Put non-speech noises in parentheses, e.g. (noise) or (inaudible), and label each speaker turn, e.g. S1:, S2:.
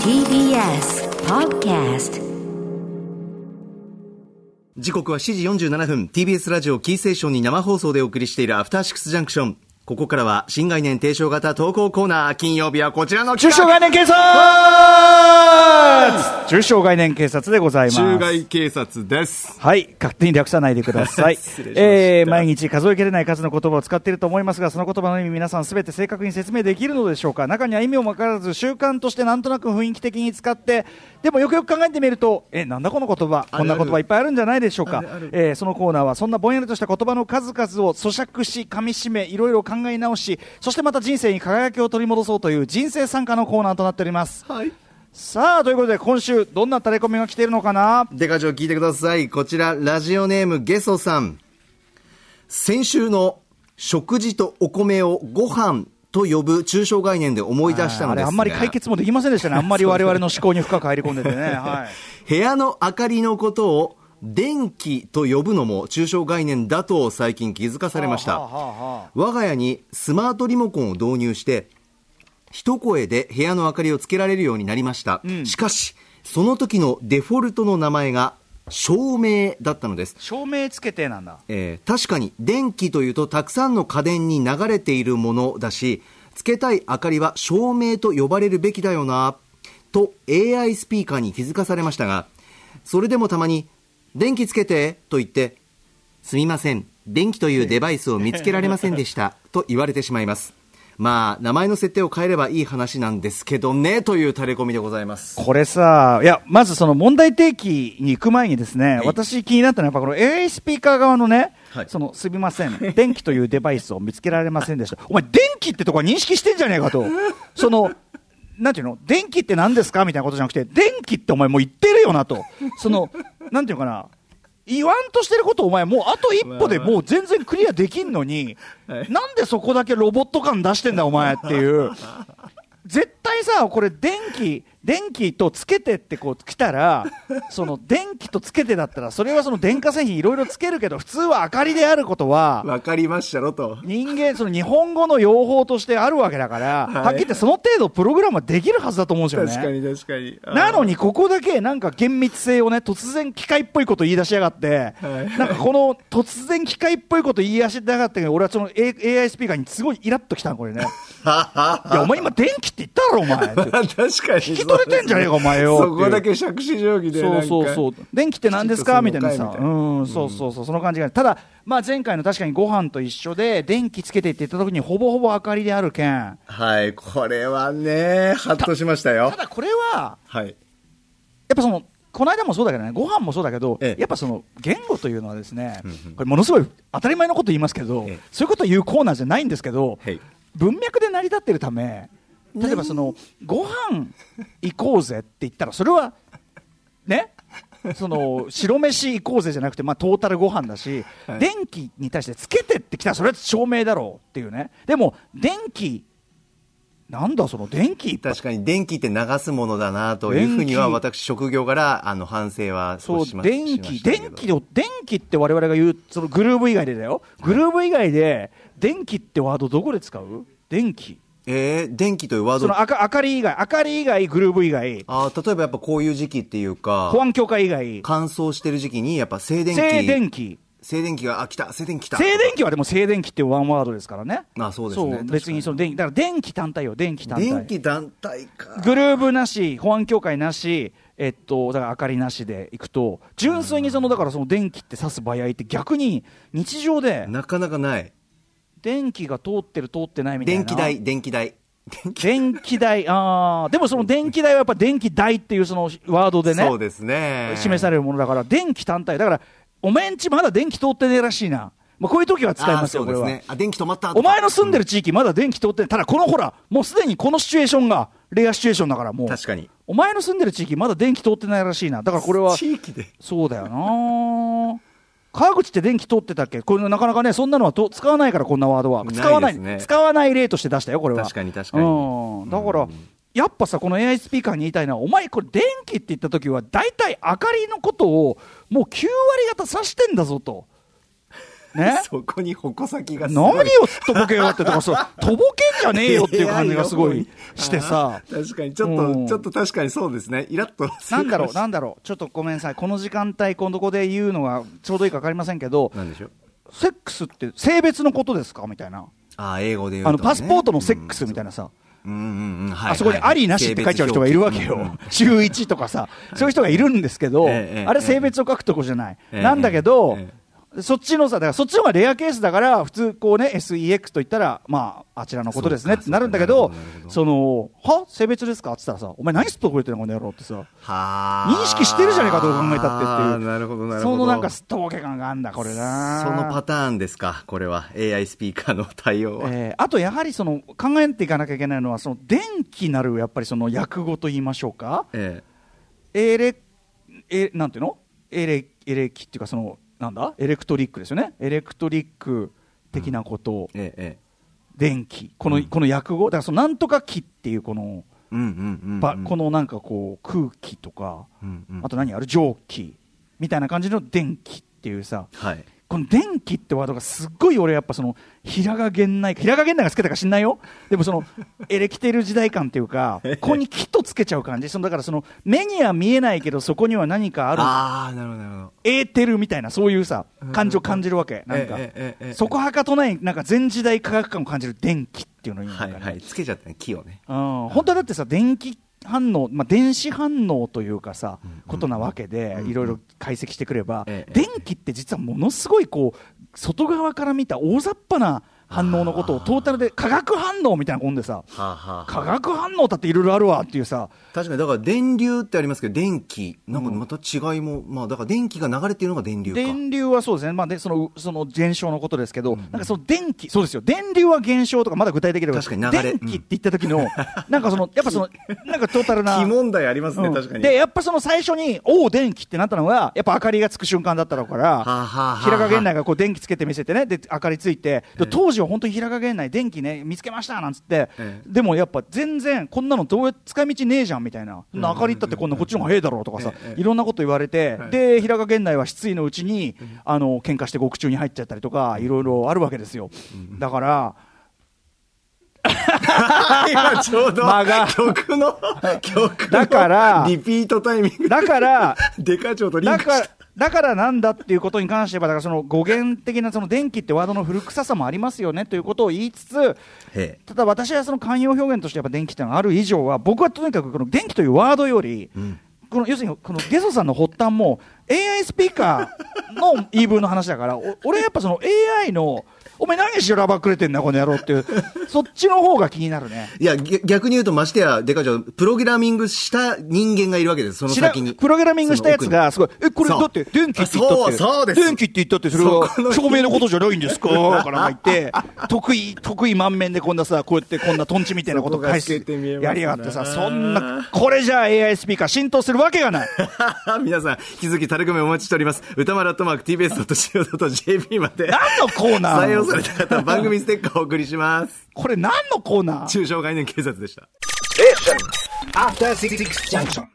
S1: TBS Podcast
S2: 時刻は7時47分 TBS ラジオキーセーションに生放送でお送りしているアフターシックスジャンクションここからは新概念提唱型投稿コーナー金曜日はこちらの
S3: 中
S2: 企
S3: 小
S2: 画
S3: 概念警察中小概念警察でございます。
S4: 中外警察です。
S3: はい。勝手に略さないでくだ (laughs) さい
S2: 失礼しま。した
S3: えー、毎日数えきれない数の言葉を使っていると思いますが、その言葉の意味皆さんすべて正確に説明できるのでしょうか中には意味をわからず、習慣としてなんとなく雰囲気的に使って、でもよくよく考えてみると、え、なんだこの言葉こんな言葉いっぱいあるんじゃないでしょうかえーそのコーナーは、そんなぼんやりとした言葉の数々を咀嚼し、噛み締め、いろいろ考え直し、そしてまた人生に輝きを取り戻そうという人生参加のコーナーとなっております。
S2: はい
S3: さあ、ということで今週、どんなタレコミが来ているのかな
S2: デカジョ聞いてくださいこちらラジオネームゲソさん先週の食事とお米をご飯と呼ぶ中小概念で思い出したのですが
S3: あれあんまり解決もできませんでしたね。あんまり我々の思考に深く入り込んでてね。はい。
S2: (laughs) 部屋の明かりのことを電気と呼ぶのも抽象概念だと最近気づかされました
S3: はあはあはあ
S2: 我が家にスマートリモコンを導入して一声で部屋の明かりをつけられるようになりました、しかしその時のデフォルトの名前が照明だったのです
S3: 照明つけてなんだ。
S2: えー確かに電気というとたくさんの家電に流れているものだしつけたい明かりは照明と呼ばれるべきだよなと AI スピーカーに気づかされましたがそれでもたまに「電気つけて」と言って「すみません電気というデバイスを見つけられませんで (laughs) した」と言われてしまいますまあ名前の設定を変えればいい話なんですけどねというタレコミでございます
S3: これさ、いや、まずその問題提起に行く前にですね、私気になったのはやっぱこの AI スピーカー側のね、
S2: はい
S3: そのすみません、電気というデバイスを見つけられませんでした。お前、電気ってとこは認識してんじゃねえ
S2: (laughs)
S3: かと。その、なんていうの電気って何ですかみたいなことじゃなくて、電気ってお前もう言ってるよなと。その、なんていうのかな。言わんとしてることお前もうあと一歩でもう全然クリアできんのに、なんでそこだけロボット感出してんだお前っていう。絶対さ、これ電気、電気とつけてってこう来たら、
S2: (laughs)
S3: その電気とつけてだったら、それはその電化製品いろいろつけるけど、普通は明かりであること
S2: (laughs)
S3: は、
S2: わかりましたろと
S3: 人間、その日本語の用法としてあるわけだから、はっきり言ってその程度プログラムはできるはずだと思うんですよね。
S2: 確か (laughs) に
S3: なのにここだけなんか厳密性をね突然機械っぽいこと言い出しやがって、なんかこの突然機械っぽいこと言い出しやがって俺はその A- AI スピーカーにすごいイラッときたのこれ
S2: (laughs)
S3: ねいやお前今電気って言ったろお前
S4: (laughs) 確かに。
S3: 引き取れてんじゃねえかお前よ
S4: そこだけ杓子定規でなん
S3: そう
S4: か。
S3: そうそう電気って何ですかみ
S4: き
S3: た
S4: ち
S3: い
S4: っ
S3: な
S4: と
S3: さ
S4: その回みたいな
S3: うんそうそうそうその感じがただまあ前回の確かにご飯と一緒で電気つけてって言った時にほぼほぼ明かりであるけん
S4: はい、これはね、ハッとしましたよ
S3: た。だこれは
S4: はい。
S3: やっぱそのこの間もそうだけどね、ご飯もそうだけど、
S4: ええ
S3: やっぱその言語というのはですね、これものすごい当たり前のこと言いますけど、そういうこと言うコーナーじゃないんですけど、
S4: はい
S3: 文脈で成り立ってるため、例えばそのご飯行こうぜって言ったらそれはね。その白飯行こうぜじゃなくて、まあ、トータルご飯だし、電気に対してつけてってきたらそれは照明だろうっていうねでも電気なんだその電気一
S2: 確
S3: 発
S2: かに電気って流すものだなというふうには私職業からあの反省は
S3: そ
S2: 少
S3: う
S2: ししま
S3: 電
S2: しま
S3: 気、
S2: したけど
S3: 電気を、電気って我々が言う、そのグルーブ以外でだよ、グルーブ以外で、電気ってワード、どこで使う電気、
S2: えー電気というワー
S3: そ
S2: ド
S3: の明か明かり以外、明かり以外、グルーブ以外、
S2: あー例えばやっぱこういう時期っていうか
S3: 保安協会以外、
S2: 乾燥してる時期にやっぱ静電気
S3: 静電気、
S2: 静電気があ来た静電気来た
S3: 静電気はでも静電気ってワンワードですからね、
S2: あそうですね確かに
S3: 別にその電気、だから電気単体よ、電気単体。
S2: 電気団体か
S3: グルーブなし、保安協会なし、えっと、だから明かりなしでいくと、純粋にその、だからその電気って指す場合って逆に日常で
S2: なかなかない
S3: 電気が通ってる通ってないみたいな。
S2: 電気代電気代電気
S3: 電気代、ああ、でもその電気代はやっぱ電気代っていうそのワードでね、
S2: そうですね
S3: 示されるものだから、電気単体、だから、お前んちまだ電気通ってねえらしいな、まあ、こういう時は使いますよ、
S2: あー
S3: こ
S2: そう
S3: れ
S2: です
S3: は。
S2: ねあ電気止まったとか
S3: お前の住んでる地域、まだ電気通ってない、ただこのほら、もうすでにこのシチュエーションがレアシチュエーションだから、もう、
S2: 確かに
S3: お前の住んでる地域、まだ電気通ってないらしいな、だからこれは、
S2: 地域で
S3: そうだよな。川口って電気通ってたっけこれなかなかね、そんなのはと使わないから、こんなワードは。
S2: ないですね
S3: 使わない、使わない例として出したよ、これは。
S2: 確かに確かに
S3: うん。だから、やっぱさ、この AI スピーカーに言いたいのは、お前これ電気って言った時は、大体明かりのことを、もう9割方指してんだぞと。
S2: (laughs)
S3: ね。
S4: そこに矛先がす
S3: 何
S4: ご
S3: よ
S4: い。、
S3: とぼけよってとか、そう、とぼけんじゃねえよっていう感じがすごいして
S2: (laughs)
S3: さ。
S4: 確かに、ちょっと、
S3: うん
S4: ちょっと確かにそうですね。イラッとす
S3: な
S4: る
S3: んだ
S4: かも
S3: ろう、
S4: しれ
S3: なんだろう、ちょっとごめんなさい、この時間帯、このとこで言うのはちょうどいいか分かりませんけど、
S4: なんでしょう。
S3: セックスって性別のことですかみたいな、
S2: ああ、英語で言うと、
S3: あの
S2: ね。
S3: パスポートのセックスみたいなさ、
S2: うんうんうん。はい。
S3: あそこにありなしって書いちゃう人がいるわけ
S2: うん
S3: よ、中1とかさ、そういう人がいるんですけど、
S2: ええええ
S3: あれ、性別を書くとこじゃない、
S2: ええ
S3: なんだけど
S2: え、
S3: そっちのさ、だからそっちの方がレアケースだから、普通、こうね、SEX と言ったら、まあ、あちらのことです
S2: そ
S3: ね
S2: うか
S3: ってなるんだけ
S2: そう
S3: ど
S2: かなるほどなる、ほど
S3: その、は性別ですかって言ったらさ、お前、何すっとこいてんの、この野郎ってさ。
S2: はあ
S3: 認識してるじゃねえかどう考えたってっていう
S2: あーなるほど、なるほど。
S3: そのなんか、すっとぼけ感があんだ、これな。
S2: そのパターンですか、これは。AI スピーカーの対応は。
S3: えーあとやはりその考えていかなきゃいけないのはその電気なるやっぱりその訳語と言いましょうか
S2: え
S3: エレえなんていうのエレエレキっていうかそのなんだエレクトリックですよねエレクトリック的なことを、
S2: えええええ
S3: 電気この,、この訳語だからそのなんとか気っていうこの、
S2: うんうんうんうん。
S3: ばこのなんかこう空気とか、
S2: うんうん
S3: あと何ある蒸気みたいな感じの電気っていうさ、
S2: はい。
S3: この電気ってワードがすっごい俺やっぱその平賀源内平賀源内がつけたか知んないよでも
S2: (laughs)
S3: そのエレキテル時代感っていうかここに「き」とつけちゃう感じそのだからその目には見えないけどそこには何かある
S2: ああ、なるほど、なるほど。
S3: エーテルみたいなそういうさ感情を感じるわけなんか
S2: ええええええ
S3: そこはかとないなんか全時代科学感を感じる電気っていうのに
S2: はいはい。つけちゃったね、木をね。
S3: うん本当はだってさ電気反応、まあ、電子反応というかさ、ことなわけで、いろいろ解析してくれば、
S2: ええ
S3: 電気って実はものすごいこう外側から見た大雑把な反応のことをトータルで化学反応みたいなもんでさ
S2: はあ、はあ
S3: 化学反応だっていろいろあるわっていうさ
S2: 確かに、だから電流ってありますけど、電気、なんかまた違いも、まあ、だから電気が流れているのが電流か。
S3: 電流はそうですね、まあ、でそのその現象のことですけど、なんかその電気、そうですよ、電流は現象とか、まだ具体的だけど、
S2: 確かに流れ
S3: 電気って言った時の、なんかその、やっぱそ
S2: (laughs)
S3: の、なんかトータルな。
S4: ない。気問題ありますね、
S3: うん
S4: 確かに。
S3: で、やっぱその最初に、おお、電気ってなったのが、やっぱ明かりがつく瞬間だったろうから、
S2: あはあはあ
S3: 平賀源内がこう電気つけて見せてね、で、明かりついて、で当時は本当に平賀源内、電気ね、見つけましたなんつって、
S2: え
S3: でもやっぱ全然、こんなのどうや使い道ねえじゃんみたいな、そんな明かりったってこんなこっちの方がええだろうとかさ、いろんなこと言われて、で、平賀源内は失意のうちに、あの、喧嘩して獄中に入っちゃったりとか、いろいろあるわけですよ。だから、
S4: 今ちょうど
S3: 間が、
S4: 曲
S3: (laughs)
S4: の、曲の、
S3: だから
S4: リピートタイミング。
S3: だから、
S4: デカ長とリン
S3: だ
S4: クし
S3: から
S4: た。、
S3: だからなんだっていうことに関しては、だからその語源的なその電気ってワードの古臭さもありますよねということを言いつつ、
S2: へえ
S3: ただ私はその寛容表現としてやっぱ電気っていうのがある以上は、僕はとにかくこの電気というワードより、この要するにこのゲソさんの発端も AI スピーカーの言い分の話だから、お俺やっぱその AI の、お前何しらばっくれてんだこの野郎っていう、そっちの方が気になるね。
S2: いや、ぎ逆に言うと、ましてや、でかちゃん、プログラミングした人間がいるわけです、その
S3: 知ら
S2: 先に。
S3: プログラミングしたやつが、す
S2: その
S3: ごい、え、これ
S2: そ
S3: だ
S2: う
S3: って、電気って言ったっ
S2: そ
S3: て、
S2: うそうです
S3: 電気って言ったって、それは照明のことじゃないんですかとかなんか
S2: (laughs)
S3: 言って、得意、得意満面でこんなさ、こうやってこんなトンチみたいなこと返す
S4: そこが透けて見えますね
S3: やりやがってさ、そんな、これじゃあ AI スピーカー浸透するわけがない。
S2: 奥に (laughs) 皆さん、引き続き、タレコミお待ちしております。歌丸アットマーク TBS.CO.JP まで。
S3: 何のコーナ
S2: 採用さ
S3: ーな
S2: れ
S3: の
S2: た方、番組ステッカーをお送りします。
S3: これ何のコーナー
S2: 中小概念警察でした。
S3: ?After Six Junction.